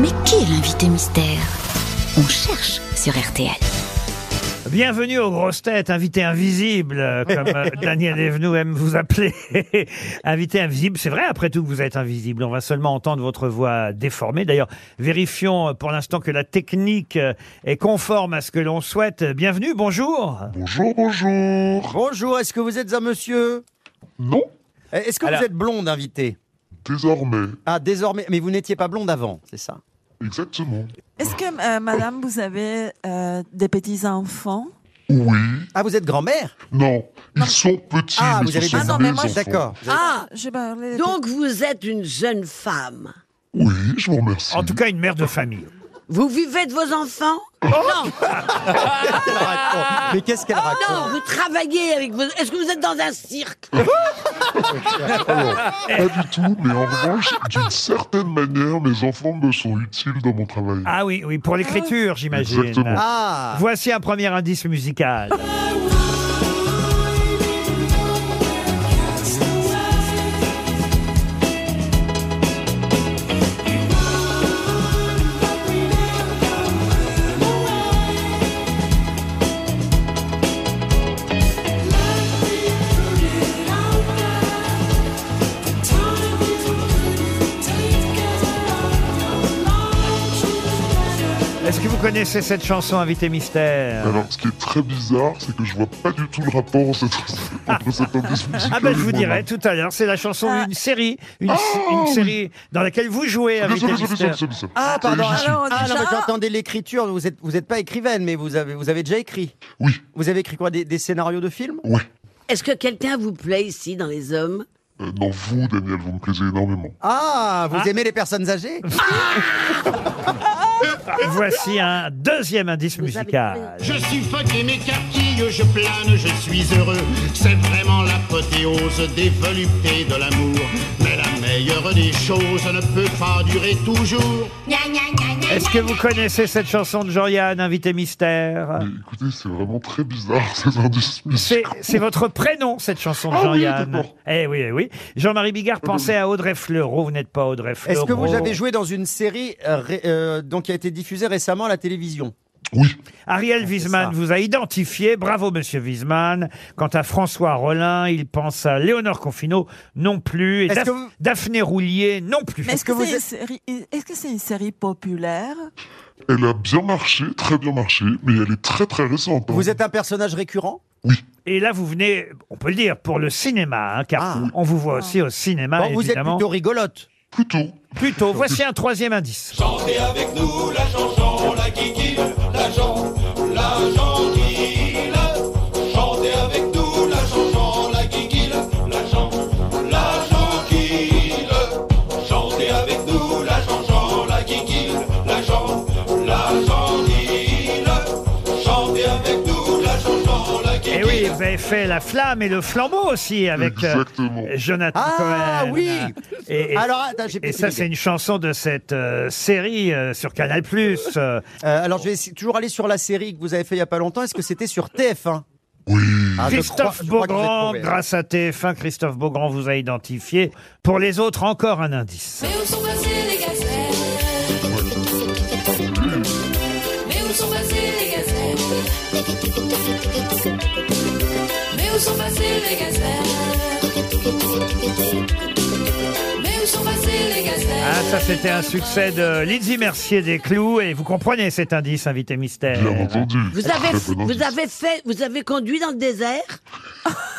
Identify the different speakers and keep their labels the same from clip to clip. Speaker 1: Mais qui est l'invité mystère On cherche sur RTL.
Speaker 2: Bienvenue aux grosses têtes, invité invisible, euh, comme euh, Daniel Evenou aime vous appeler. invité invisible, c'est vrai après tout que vous êtes invisible, on va seulement entendre votre voix déformée. D'ailleurs, vérifions euh, pour l'instant que la technique euh, est conforme à ce que l'on souhaite. Bienvenue, bonjour.
Speaker 3: Bonjour, bonjour.
Speaker 4: Bonjour, est-ce que vous êtes un monsieur
Speaker 3: Non,
Speaker 4: Eh, Est-ce que
Speaker 5: Alors-
Speaker 4: vous êtes blonde, invité
Speaker 3: désormais.
Speaker 4: Ah, désormais, mais vous n'étiez pas blonde avant, c'est ça
Speaker 3: Exactement.
Speaker 6: Est-ce que, euh, madame, vous avez euh, des petits-enfants
Speaker 3: Oui.
Speaker 4: Ah, vous êtes grand-mère
Speaker 3: Non, ils sont petits,
Speaker 4: Ah,
Speaker 3: mais
Speaker 4: vous
Speaker 3: ce
Speaker 4: avez
Speaker 3: sont
Speaker 4: des
Speaker 6: Ah non,
Speaker 3: mes
Speaker 6: mais moi,
Speaker 3: enfants.
Speaker 4: D'accord. Vous avez-
Speaker 6: Ah, je parlais. des
Speaker 7: Donc vous êtes une jeune femme.
Speaker 3: Oui, je vous remercie.
Speaker 2: En tout cas, une mère de famille.
Speaker 7: Vous vivez de vos enfants Non,
Speaker 4: Qu'est-ce qu'elle raconte Mais qu'est-ce qu'elle raconte
Speaker 7: non, vous travaillez avec vos... Est-ce que vous êtes dans un cirque
Speaker 3: Alors, pas du tout, mais en revanche, d'une certaine manière, mes enfants me sont utiles dans mon travail.
Speaker 2: Ah oui, oui, pour l'écriture, j'imagine.
Speaker 3: Exactement.
Speaker 4: Ah
Speaker 2: Voici un premier indice musical. Est-ce que vous connaissez cette chanson, invité mystère
Speaker 3: Alors, ce qui est très bizarre, c'est que je vois pas du tout le rapport entre cette- entre cet indice musical.
Speaker 2: Ah ben je
Speaker 3: et
Speaker 2: vous
Speaker 3: moi-même.
Speaker 2: dirai tout à l'heure, c'est la chanson
Speaker 6: Ah.
Speaker 2: d'une série,
Speaker 4: Oh
Speaker 2: une, une série dans laquelle vous jouez, invité
Speaker 3: Désolé, désolé, désolé,
Speaker 2: mystère.
Speaker 3: désolé, désolé.
Speaker 4: Ah, pardon.
Speaker 3: Ça y est, j'y suis.
Speaker 6: Alors, on dit
Speaker 4: Ah non,
Speaker 6: ça.
Speaker 4: mais j'entendais l'écriture, vous n'êtes vous êtes pas écrivaine, mais vous avez, vous avez déjà écrit.
Speaker 3: Oui,
Speaker 4: Vous avez écrit quoi Des, des scénarios de films
Speaker 3: ouais.
Speaker 7: Est-ce que quelqu'un vous plaît ici dans les hommes
Speaker 3: Euh, non, vous, Daniel, vous me plaisez énormément.
Speaker 4: Ah, vous aimez les personnes âgées
Speaker 2: Voici un deuxième indice
Speaker 7: Vous avez
Speaker 2: musical.
Speaker 8: Je suis fucké, m'écartille, je plane, je suis heureux. C'est vraiment l'apothéose des voluptés de l'amour. Mais la meilleure des choses ne peut pas durer toujours.
Speaker 2: Est-ce que vous connaissez cette chanson de Joriane, invité mystère
Speaker 3: Mais écoutez, c'est vraiment très bizarre, ces indices
Speaker 2: Ah. C'est
Speaker 3: musicaux.
Speaker 2: c'est votre prénom, cette chanson de
Speaker 3: Ah oui,
Speaker 2: Jean-Yann.
Speaker 3: d'accord.
Speaker 2: eh oui, eh oui. Jean-Marie Bigard pensait à Audrey Fleurot. Vous n'êtes pas Audrey Fleurot.
Speaker 4: Est-ce que vous avez joué dans une série euh, ré- euh, donc, qui a été diffusée récemment à la télévision
Speaker 3: Oui,
Speaker 2: Ariel
Speaker 4: Ah, ça.
Speaker 2: Wiesman vous a identifié. Bravo, monsieur Wiesman. Quant à François Rollin, il pense à Léonore Confino, non plus. Et
Speaker 4: Est-ce
Speaker 2: Daph-
Speaker 4: que vous-
Speaker 2: Daphné Roulier, non plus.
Speaker 6: Mais est-ce que
Speaker 4: que vous
Speaker 6: c'est une
Speaker 4: êtes-
Speaker 6: série- est-ce que c'est une série populaire
Speaker 3: elle a bien marché, très bien marché, mais elle est très très récente. hein.
Speaker 4: Vous êtes un personnage récurrent
Speaker 2: Et là, vous venez, on peut le dire, pour le cinéma, hein, car
Speaker 4: Ah.
Speaker 2: on vous voit aussi au cinéma,
Speaker 4: Bon, vous êtes
Speaker 2: Ah, évidemment.
Speaker 4: plutôt rigolote.
Speaker 3: Plutôt.
Speaker 2: Plutôt, voici un troisième indice. Et Eh oui, vous avez fait la flamme et le flambeau aussi avec euh,
Speaker 3: Exactement.
Speaker 2: Jonathan
Speaker 4: Ah
Speaker 2: Cohen.
Speaker 4: oui
Speaker 2: Et, et-
Speaker 4: Alors, attends, j'ai
Speaker 2: et
Speaker 4: plus
Speaker 2: ça,
Speaker 4: une idée.
Speaker 2: c'est une chanson de cette euh, série euh, sur Canal+. euh,
Speaker 4: Euh, alors, je vais essayer- toujours aller sur la série que vous avez fait il y a pas longtemps. Est-ce que c'était sur TF1
Speaker 3: Oui.
Speaker 4: Ah, je
Speaker 2: Christophe
Speaker 4: crois- je crois que vous êtes
Speaker 2: Beaugrand,
Speaker 4: mauvais.
Speaker 2: grâce à TF1, Christophe Beaugrand vous a identifié. Pour les autres, encore un indice.
Speaker 9: Mais où sont passés les gazelles Mais où sont passés les gazelles Mais où sont passés les gazelles Mais où sont passés les gazelles
Speaker 2: Ah, ça, c'était un succès de Lizzie Mercier des Clous. Et vous comprenez cet indice, invité mystère.
Speaker 3: Bien entendu.
Speaker 7: Eh, Vous
Speaker 4: Ah,
Speaker 3: Très
Speaker 7: avez,
Speaker 3: bon indice.
Speaker 7: vous avez fait, vous avez conduit dans le désert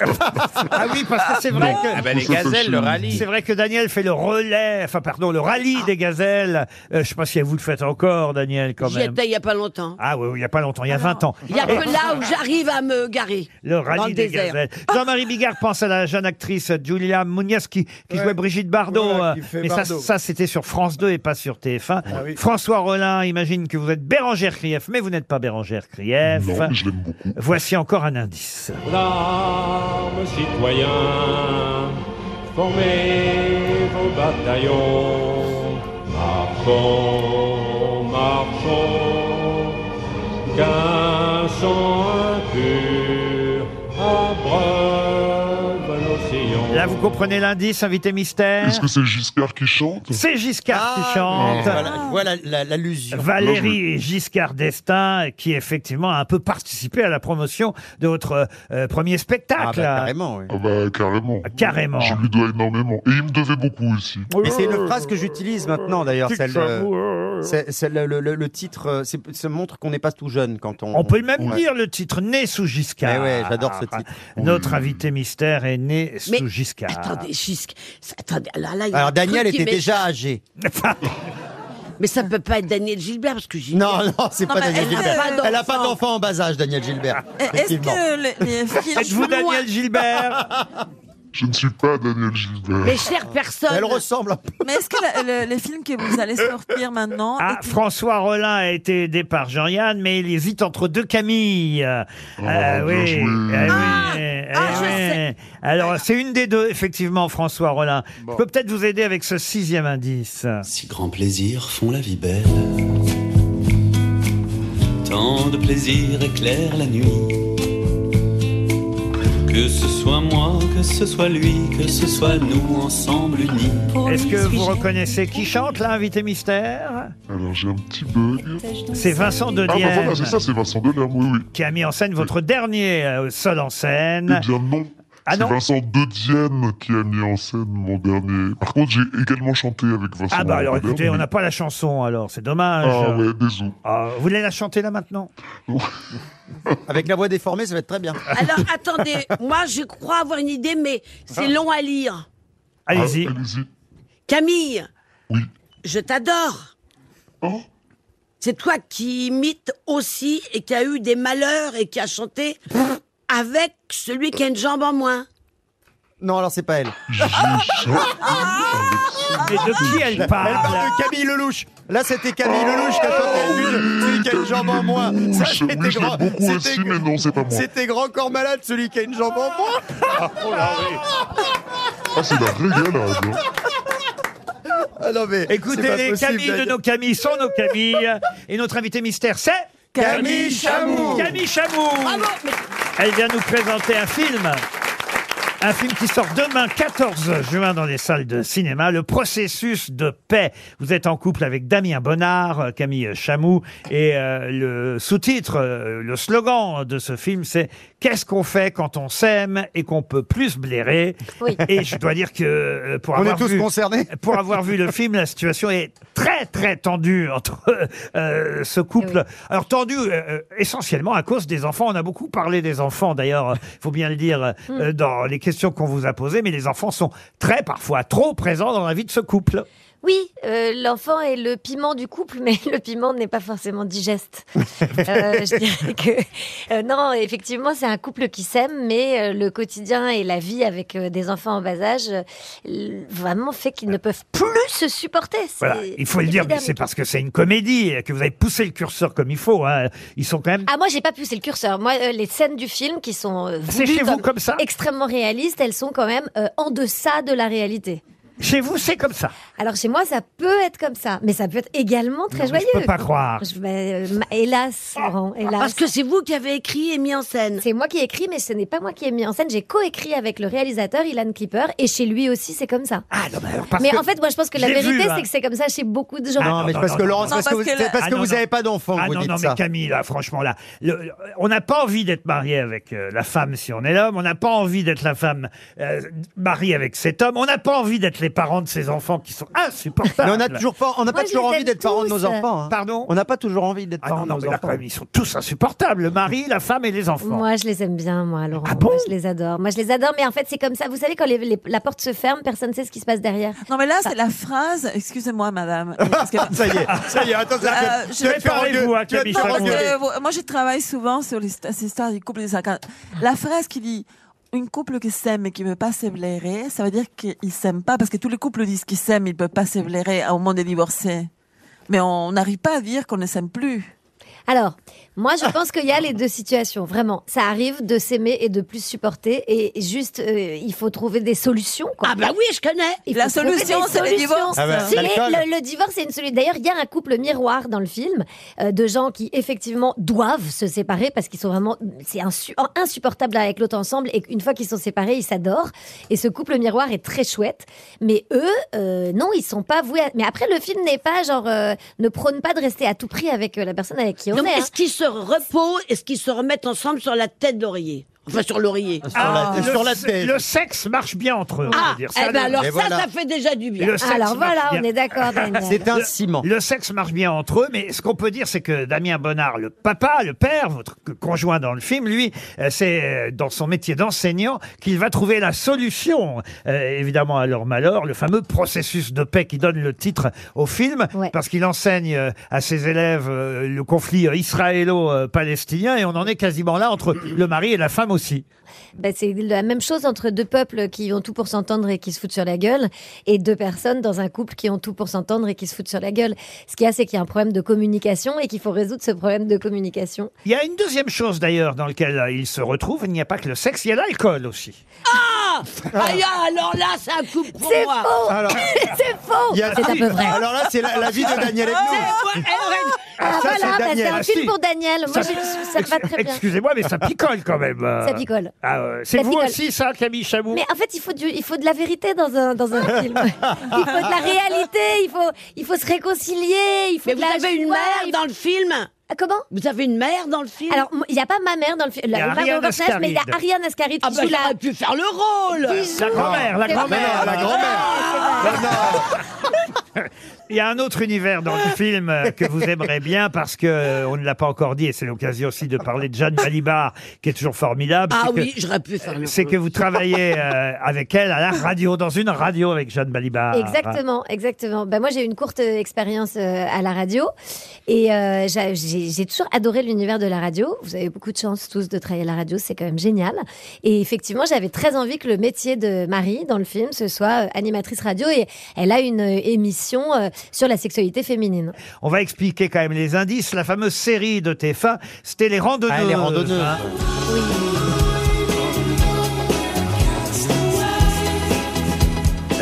Speaker 2: Ah oui, parce que c'est vrai que...
Speaker 5: Ah bah, les
Speaker 3: Ça, ça,
Speaker 5: gazelles
Speaker 3: c'est-
Speaker 5: le rallye.
Speaker 2: C'est vrai que Daniel fait le relais, enfin pardon, le rallye
Speaker 7: Ah.
Speaker 2: des gazelles. Euh, je sais pas si vous le faites encore, Daniel, quand
Speaker 7: J'y
Speaker 2: même.
Speaker 7: étais il n'y a pas longtemps.
Speaker 2: Ah oui, oui, il y a pas longtemps, il y a 20 ans.
Speaker 7: Il n'y a que là où j'arrive à me garer.
Speaker 2: Le
Speaker 7: Dans
Speaker 2: rallye
Speaker 7: le
Speaker 2: des
Speaker 7: désert. Ah.
Speaker 2: gazelles. Jean-Marie Bigard pense à la jeune actrice Julia Munoz qui, qui jouait Brigitte Bardot.
Speaker 10: Voilà, qui
Speaker 2: euh,
Speaker 10: fait
Speaker 2: mais ça,
Speaker 10: Bardot. Ah
Speaker 2: ça, c'était sur France 2 et pas sur TF1.
Speaker 10: oui.
Speaker 2: François Rollin, imagine que vous êtes Bérangère Krief, mais vous n'êtes pas Bérangère Krief.
Speaker 3: Non, mais je l'aime beaucoup.
Speaker 2: Voici encore un indice.
Speaker 8: L'arme citoyen, formez vos bataillons. Marchons, marchons, cassons impurs, abreuve l'océan.
Speaker 2: Là, Voilà, vous comprenez l'indice, invité mystère.
Speaker 3: Est-ce que c'est Giscard qui chante
Speaker 2: C'est Giscard
Speaker 10: Ah,
Speaker 2: qui chante.
Speaker 4: Ah, Voilà voilà la- l'allusion.
Speaker 2: Valérie Giscard d'Estaing, qui effectivement a un peu participé à la promotion de votre euh, premier
Speaker 4: Ah, bah,
Speaker 2: spectacle.
Speaker 4: carrément, oui.
Speaker 3: Ah bah carrément.
Speaker 2: Carrément.
Speaker 3: Je lui dois énormément. Et il me devait beaucoup aussi.
Speaker 4: Et c'est une phrase que j'utilise maintenant d'ailleurs.
Speaker 2: Tic,
Speaker 4: celle
Speaker 2: ça
Speaker 4: de- c'est- c'est le, le- le- le titre euh, c'est- ça montre qu'on n'est pas tout jeune quand on.
Speaker 2: On peut même
Speaker 4: Ouais.
Speaker 2: dire le titre Né sous Giscard.
Speaker 4: Eh ouais, j'adore ce titre.
Speaker 2: Notre invité mystère est né
Speaker 7: Mais-
Speaker 2: sous Giscard.
Speaker 7: Attendez, Gisque. ça- Attendez, là, là, il y a un
Speaker 4: Alors Daniel
Speaker 7: truc qui
Speaker 4: était
Speaker 7: m'est-
Speaker 4: déjà âgé.
Speaker 7: Mais ça peut pas être Daniel Gilbert parce que Gilbert.
Speaker 4: Non, non, c'est
Speaker 6: Non,
Speaker 4: pas
Speaker 6: mais
Speaker 4: Daniel
Speaker 6: est-ce
Speaker 4: Gilbert.
Speaker 6: que-
Speaker 4: Elle a pas d'enfant en bas âge, Daniel Gilbert.
Speaker 6: Et Est-ce
Speaker 4: Effectivement.
Speaker 6: que les, les films-
Speaker 2: Êtes-vous Daniel Gilbert
Speaker 3: Je ne suis pas Daniel Gilbert.
Speaker 7: Mais chère personne.
Speaker 4: Elle ressemble un peu.
Speaker 6: Mais est-ce que la- le- les films que vous allez sortir maintenant
Speaker 2: Ah,
Speaker 6: est-
Speaker 2: François Rollin a été aidé par Jean-Yann, mais il hésite entre deux Camille. Euh,
Speaker 3: Ah, bien
Speaker 2: oui,
Speaker 3: joué.
Speaker 2: eh
Speaker 7: Ah,
Speaker 2: oui, eh
Speaker 7: ah, je
Speaker 2: oui. Alors, c'est une des deux, effectivement, François Rollin. Je peux peut-être vous aider avec ce sixième indice.
Speaker 5: Si grands plaisirs font la vie belle, tant de plaisirs éclairent la nuit. Que ce soit moi, que ce soit lui, que ce soit nous ensemble unis.
Speaker 2: Est-ce que vous reconnaissez qui chante, là, invité mystère
Speaker 3: Alors j'ai un petit bug.
Speaker 2: C'est Vincent
Speaker 3: Ah bah
Speaker 2: Dedienne
Speaker 3: voilà, c'est ça, c'est Vincent Delerme, oui, oui.
Speaker 2: qui a mis en scène votre dernier euh, seul en
Speaker 3: Eh
Speaker 2: scène.
Speaker 3: bien non.
Speaker 2: Ah
Speaker 3: c'est
Speaker 2: non
Speaker 3: Vincent Dedienne qui a mis en scène mon dernier. Par contre, j'ai également chanté avec Vincent
Speaker 2: Ah bah alors
Speaker 3: Dedienne,
Speaker 2: écoutez, on
Speaker 3: mais-
Speaker 2: n'a pas la chanson alors, c'est dommage.
Speaker 3: Ah ouais, désolé.
Speaker 2: Ah, vous voulez la chanter là maintenant
Speaker 4: Avec la voix déformée, ça va être très bien.
Speaker 7: Alors attendez, moi je crois avoir une idée, mais c'est long à lire.
Speaker 3: Ah,
Speaker 2: Allez-y.
Speaker 3: allez-y.
Speaker 7: Camille,
Speaker 3: Oui.
Speaker 7: je t'adore.
Speaker 3: Oh,
Speaker 7: C'est toi qui imites aussi et qui a eu des malheurs et qui a chanté avec celui qui a une jambe en moins.
Speaker 4: Non, alors c'est pas elle.
Speaker 3: j'ai chanté avec ça.
Speaker 2: Mais de qui elle
Speaker 4: Elle parle
Speaker 2: parle
Speaker 4: de Camille Lelouch. Là, c'était Camille Lelouch qui a chanté le celui qui a une jambe en moins. Ça,
Speaker 3: Oui, je
Speaker 4: c'était
Speaker 3: l'ai
Speaker 4: grand.
Speaker 3: beaucoup aussi,
Speaker 4: c'était-
Speaker 3: mais non, c'est pas moi.
Speaker 4: C'était grand corps malade, celui qui a une jambe en moins.
Speaker 3: Ah, c'est la régalade. hein.
Speaker 4: Ah non, mais. c'est
Speaker 2: Écoutez
Speaker 4: pas
Speaker 2: les
Speaker 4: possible,
Speaker 2: Camille de
Speaker 4: Daniel.
Speaker 2: nos Camilles sont nos Camilles. Et notre invité mystère c'est...
Speaker 4: Camille Chamou.
Speaker 2: Camille Chamou Elle vient nous présenter un film un film qui sort demain 14 juin dans les salles de cinéma, Le processus de paix. Vous êtes en couple avec Damien Bonnard, euh, Camille Chamou, et euh, le sous-titre, euh, le slogan de ce film, c'est Qu'est-ce qu'on fait quand on s'aime et qu'on peut plus se blairer Et je dois dire que euh, pour
Speaker 4: On
Speaker 2: avoir
Speaker 4: est tous
Speaker 2: vu-
Speaker 4: concernés.
Speaker 2: pour avoir vu le film, la situation est très très tendue entre euh, ce couple.
Speaker 10: Eh
Speaker 2: Alors tendue euh, essentiellement à cause des enfants. On a beaucoup parlé des enfants d'ailleurs, il faut bien le dire,
Speaker 10: Hmm.
Speaker 2: euh, dans les questions qu'on vous a posées, mais les enfants sont très parfois trop présents dans la vie de ce couple.
Speaker 10: Oui, euh, l'enfant est le piment du couple, mais le piment n'est pas forcément digeste. Euh, je dirais que euh, non, effectivement, c'est un couple qui s'aime, mais euh, le quotidien et la vie avec euh, des enfants en bas âge euh, l- vraiment fait qu'ils ne peuvent plus se supporter. C'est
Speaker 2: Voilà, il faut le dire, mais
Speaker 10: épidermique.
Speaker 2: c'est parce que c'est une comédie, que vous avez poussé le curseur comme il faut. hein. Ils sont quand même...
Speaker 10: Ah moi j'ai pas poussé le curseur. Moi euh, les scènes du film qui sont euh,
Speaker 2: c'est
Speaker 10: voulues
Speaker 2: chez vous
Speaker 10: comme
Speaker 2: comme ça
Speaker 10: extrêmement réalistes, elles sont quand même euh, en deçà de la réalité.
Speaker 2: Chez vous, c'est comme ça.
Speaker 10: Alors chez moi ça peut être comme ça, mais ça peut être également très joyeux.
Speaker 2: Je peux pas croire.
Speaker 10: Je vais- euh, ma- hélas, Laurent,
Speaker 7: Parce
Speaker 10: hélas.
Speaker 7: que c'est vous qui avez écrit et mis en scène.
Speaker 10: C'est moi qui ai écrit, mais ce n'est pas moi qui ai mis en scène. J'ai coécrit avec le réalisateur Ilan Clipper, et chez lui aussi, c'est comme ça.
Speaker 2: Ah non, mais alors parce
Speaker 10: mais
Speaker 2: que-
Speaker 10: en fait, moi, je pense que la
Speaker 2: j'ai vu,
Speaker 10: vérité,
Speaker 2: hein.
Speaker 10: c'est que c'est comme ça chez beaucoup de gens.
Speaker 2: Ah,
Speaker 4: Non, mais
Speaker 2: non,
Speaker 4: parce
Speaker 2: non,
Speaker 4: que
Speaker 2: non,
Speaker 4: Laurence,
Speaker 6: non.
Speaker 4: parce que
Speaker 6: Non,
Speaker 4: vous-
Speaker 6: parce
Speaker 4: c'est
Speaker 6: que le-
Speaker 4: parce
Speaker 2: Ah
Speaker 4: que
Speaker 2: non,
Speaker 4: vous
Speaker 2: non.
Speaker 4: n'avez pas d'enfant,
Speaker 2: Ah
Speaker 4: vous
Speaker 2: non,
Speaker 4: dites
Speaker 2: non, mais
Speaker 4: ça.
Speaker 2: Camille, là, franchement, là, le- on n'a pas envie d'être marié avec euh, la femme si on est l'homme, on n'a pas envie d'être la femme euh, mariée avec cet homme, on n'a pas envie d'être les parents de ces enfants qui sont insupportables.
Speaker 4: Mais on n'a toujours pas, on n'a
Speaker 10: Moi,
Speaker 4: pas
Speaker 10: je
Speaker 4: toujours
Speaker 10: les
Speaker 4: envie
Speaker 10: aime
Speaker 4: d'être parents de
Speaker 10: tous.
Speaker 4: nos enfants. hein.
Speaker 2: Pardon
Speaker 4: On n'a pas toujours envie d'être
Speaker 2: Ah
Speaker 4: parents
Speaker 2: non,
Speaker 4: de
Speaker 2: non, mais
Speaker 4: nos
Speaker 2: là, quand
Speaker 4: enfants.
Speaker 2: même, ils sont tous insupportables, le mari, la femme et les enfants.
Speaker 10: Moi, je les aime bien, moi, Laurent.
Speaker 2: Ah bon
Speaker 10: Moi, je les adore. Moi, je les adore, mais en fait, c'est comme ça. Vous savez, quand les- les- la porte se ferme, personne ne sait ce qui se passe derrière.
Speaker 6: Non, mais là, c'est la phrase. Excusez-moi, madame. Parce que-
Speaker 4: Ça y est, ça y est, attends, ça
Speaker 6: Euh,
Speaker 4: tu
Speaker 6: je
Speaker 4: vas
Speaker 6: vais
Speaker 4: te faire
Speaker 2: parler,
Speaker 4: engueuler-
Speaker 2: vous, à
Speaker 4: tu vas te
Speaker 2: Camille
Speaker 6: Non,
Speaker 4: faire
Speaker 6: parce
Speaker 2: Chamou.
Speaker 4: engueuler.
Speaker 6: que vo- moi, je travaille souvent sur les sta- ces histoires du couple des 50. La phrase qui dit une couple qui s'aime mais qui ne veut pas se blairer, ça veut dire qu'ils s'aiment pas parce que tous les couples disent qu'ils s'aiment, ils ne peuvent pas se blairer au moment des divorcés. Mais on n'arrive pas à dire qu'on ne s'aime plus.
Speaker 10: Alors, moi, je pense qu'il y a les deux situations, vraiment. Ça arrive de s'aimer et de plus supporter, et juste, euh, il faut trouver des solutions. Quoi.
Speaker 7: Ah bah oui, je connais.
Speaker 10: Il
Speaker 6: La
Speaker 10: faut trouver
Speaker 6: solution,
Speaker 10: des
Speaker 6: c'est le
Speaker 10: solutions.
Speaker 6: divorce.
Speaker 4: ben,
Speaker 6: Ah bah,
Speaker 10: C'est
Speaker 4: l'alcool.
Speaker 10: le, le divorce, c'est une solution. D'ailleurs, il y a un couple miroir dans le film euh, de gens qui effectivement doivent se séparer parce qu'ils sont vraiment, c'est insu- insupportable avec l'autre ensemble. Et une fois qu'ils sont séparés, ils s'adorent. Et ce couple miroir est très chouette. Mais eux, euh, non, ils sont pas voués. à- Mais après, le film n'est pas genre euh, ne prône pas de rester à tout prix avec euh, la personne avec qui on
Speaker 7: Non, mais
Speaker 10: est. hein.
Speaker 7: est-ce qu'ils se reposent, est-ce qu'ils se remettent ensemble sur la tête d'oreiller Enfin, sur l'oreiller.
Speaker 4: Sur la-
Speaker 2: le,
Speaker 4: sur la
Speaker 2: se-
Speaker 4: tête.
Speaker 2: le sexe marche bien entre eux, Ah, on
Speaker 7: Ah,
Speaker 2: va dire.
Speaker 7: eh
Speaker 2: Ça,
Speaker 7: ben
Speaker 2: le-
Speaker 7: alors
Speaker 4: Et
Speaker 7: ça,
Speaker 4: voilà.
Speaker 7: ça fait déjà du bien.
Speaker 2: le sexe
Speaker 10: Alors
Speaker 2: marche
Speaker 10: voilà,
Speaker 2: bien.
Speaker 10: on est d'accord, Daniel.
Speaker 4: C'est un
Speaker 2: Le-
Speaker 4: ciment.
Speaker 2: Le sexe marche bien entre eux, mais ce qu'on peut dire, c'est que Damien Bonnard, le papa, le père, votre c- conjoint dans le film, lui, euh, c'est euh, dans son métier d'enseignant qu'il va trouver la solution, euh, évidemment, à leur malheur, le fameux processus de paix qui donne le titre au film,
Speaker 10: Ouais.
Speaker 2: parce qu'il enseigne euh, à ses élèves euh, le conflit israélo-palestinien, et on en est quasiment là entre le mari et la femme aussi.
Speaker 10: Ben, c'est la même chose entre deux peuples qui ont tout pour s'entendre et qui se foutent sur la gueule, et deux personnes dans un couple qui ont tout pour s'entendre et qui se foutent sur la gueule. Ce qu'il y a, c'est qu'il y a un problème de communication et qu'il faut résoudre ce problème de communication.
Speaker 2: Il y a une deuxième chose d'ailleurs dans laquelle euh, ils se retrouvent, il n'y a pas que le sexe, il y a l'alcool aussi.
Speaker 7: Aïe, alors là, c'est un couple pour
Speaker 10: Ah. C'est
Speaker 7: moi.
Speaker 10: faux
Speaker 4: Alors-
Speaker 10: C'est faux
Speaker 4: Il y a-
Speaker 10: C'est un peu vrai.
Speaker 4: Alors là, c'est la, la vie de Daniel Ebnou.
Speaker 7: Ouais, eh, ouais.
Speaker 4: ça,
Speaker 10: Ah, voilà,
Speaker 4: c'est
Speaker 10: ben, c'est
Speaker 4: Daniel.
Speaker 10: un
Speaker 2: Ah, si.
Speaker 10: film pour Daniel. Moi, je- ça me va très bien.
Speaker 2: Excusez-moi, mais ça picole quand même. euh.
Speaker 10: Ça picole.
Speaker 2: Ah, euh, c'est
Speaker 10: Ça
Speaker 2: vous
Speaker 10: picole.
Speaker 2: aussi, ça, Camille Chamou
Speaker 10: Mais en fait, il faut, du- il faut de la vérité dans un, dans un film. Il faut de la réalité, il faut, il faut se réconcilier, il faut
Speaker 7: Mais
Speaker 10: de
Speaker 7: vous
Speaker 10: la
Speaker 7: avez une
Speaker 10: joie,
Speaker 7: mère
Speaker 10: il
Speaker 7: dans le film
Speaker 10: faut- Ah, Comment
Speaker 7: Vous avez une mère dans le film
Speaker 10: Alors, m- il n'y a pas ma mère dans le film,
Speaker 2: y a
Speaker 10: la mère de
Speaker 2: Ariane
Speaker 10: mon personnage, mais il y
Speaker 2: Ascaride.
Speaker 10: a Ariane Ascaride
Speaker 7: Ah
Speaker 10: qui
Speaker 7: bah,
Speaker 10: joue la...
Speaker 7: j'aurais pu faire le rôle
Speaker 10: qui joue-
Speaker 2: La grand-mère, la
Speaker 10: C'est vrai.
Speaker 2: grand-mère.
Speaker 4: la grand-mère.
Speaker 2: Il y a un autre univers dans le film euh, que vous aimerez bien parce que euh, on ne l'a pas encore dit et c'est l'occasion aussi de parler de Jeanne Balibar qui est toujours formidable.
Speaker 7: Ah
Speaker 2: c'est que-
Speaker 7: oui, j'aurais pu faire le rôle.
Speaker 2: C'est que vous travaillez euh, avec elle à la radio, dans une radio avec Jeanne Balibar.
Speaker 7: Ah,
Speaker 10: Exactement, exactement. Ben moi, j'ai eu une courte euh, expérience euh, à la radio et euh, j'a- j'ai j'ai toujours adoré l'univers de la radio. Vous avez beaucoup de chance tous de travailler à la radio, c'est quand même génial. Et effectivement, j'avais très envie que le métier de Marie dans le film, ce soit euh, animatrice radio et elle a une euh, émission euh, sur la sexualité féminine.
Speaker 2: On va expliquer quand même les indices. La fameuse série de TF1, c'était les randonneuses.
Speaker 4: Ah, les randonneuses.
Speaker 2: hein.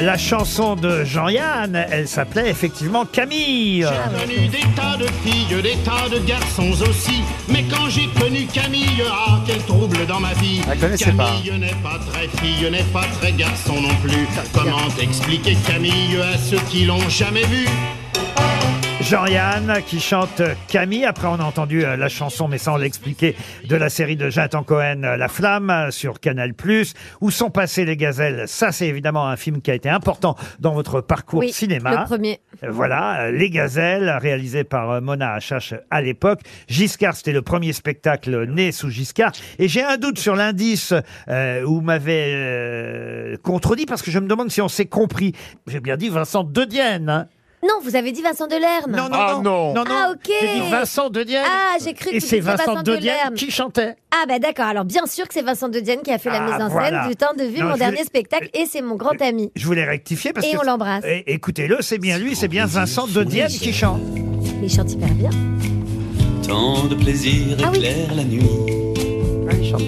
Speaker 2: La chanson de Jean-Yann, elle s'appelait effectivement Camille.
Speaker 8: J'ai connu des tas de filles, des tas de garçons aussi. Mais quand j'ai connu Camille, ah, quel trouble dans ma vie.
Speaker 4: La connaissez pas.
Speaker 8: Camille n'est pas très fille, n'est pas très garçon non plus. Comment expliquer Camille à ceux qui l'ont jamais vue
Speaker 2: Jean-Yann qui chante Camille. Après, on a entendu euh, la chanson, mais ça, on l'a expliqué, de la série de Jonathan Cohen, euh, La Flamme, euh, sur Canal+. Où sont passées les gazelles Ça, c'est évidemment un film qui a été important dans votre parcours
Speaker 10: Oui,
Speaker 2: cinéma.
Speaker 10: le premier.
Speaker 2: Euh, Voilà, euh, Les Gazelles, réalisé par euh, Mona Achache à l'époque. Giscard, c'était le premier spectacle né sous Giscard. Et j'ai un doute sur l'indice euh, où m'avait euh, contredit, parce que je me demande si on s'est compris. J'ai bien dit Vincent Dedienne. hein.
Speaker 10: Non, vous avez dit Vincent Delerme.
Speaker 2: Non, non,
Speaker 3: Ah,
Speaker 2: non. non,
Speaker 3: non.
Speaker 10: Ah, ok.
Speaker 2: J'ai dit Vincent Dedienne.
Speaker 10: Ah, j'ai cru que
Speaker 2: Et
Speaker 10: tu
Speaker 2: c'est
Speaker 10: disais
Speaker 2: Vincent
Speaker 10: Vincent
Speaker 2: Dedienne
Speaker 10: Dedienne.
Speaker 2: qui chantait.
Speaker 10: Ah bah d'accord, alors bien sûr que c'est Vincent Dedienne qui a fait la
Speaker 2: Ah,
Speaker 10: mise en scène
Speaker 2: voilà.
Speaker 10: du temps de vue,
Speaker 2: Non,
Speaker 10: mon
Speaker 2: je
Speaker 10: dernier
Speaker 2: l'ai-
Speaker 10: spectacle, et c'est mon grand ami.
Speaker 2: Je voulais rectifier parce
Speaker 10: Et
Speaker 2: que.
Speaker 10: on l'embrasse.
Speaker 2: Eh, Écoutez-le, c'est bien lui, c'est bien Vincent Dedienne qui chante.
Speaker 10: Mais il chante hyper bien.
Speaker 5: Tant de plaisir
Speaker 10: Ah oui.
Speaker 5: éclaire la nuit.
Speaker 10: Ouais, il chante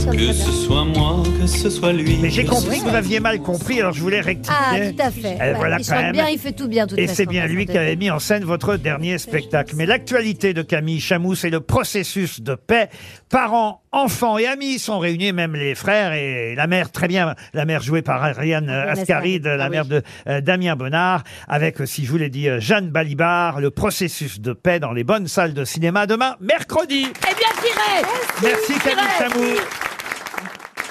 Speaker 5: Que
Speaker 10: très bien.
Speaker 5: ce soit moi, que ce soit lui.
Speaker 2: Mais j'ai
Speaker 5: que ce
Speaker 2: compris que vous
Speaker 5: soit-
Speaker 2: l'aviez mal compris, alors je voulais rectifier.
Speaker 10: Ah, tout à fait.
Speaker 2: Eh,
Speaker 10: Ouais,
Speaker 2: voilà
Speaker 10: il
Speaker 2: quand
Speaker 10: chante
Speaker 2: même.
Speaker 10: bien, il fait tout bien. de toute
Speaker 2: Et
Speaker 10: façon,
Speaker 2: c'est bien lui
Speaker 10: Vincent
Speaker 2: qui avait mis en scène votre dernier spectacle. Mais l'actualité de Camille Chamou, c'est le processus de paix. Parents, enfants et amis sont réunis, même les frères et la mère, très bien, la mère jouée par Ariane euh, Ascaride,
Speaker 10: Ascaride,
Speaker 2: la
Speaker 10: ah oui.
Speaker 2: mère de euh, Damien Bonnard, avec, euh, si je vous l'ai dit, euh, Jeanne Balibar, le processus de paix dans les bonnes salles de cinéma demain, mercredi.
Speaker 7: Eh bien, tiré
Speaker 2: Merci Camille Chamou.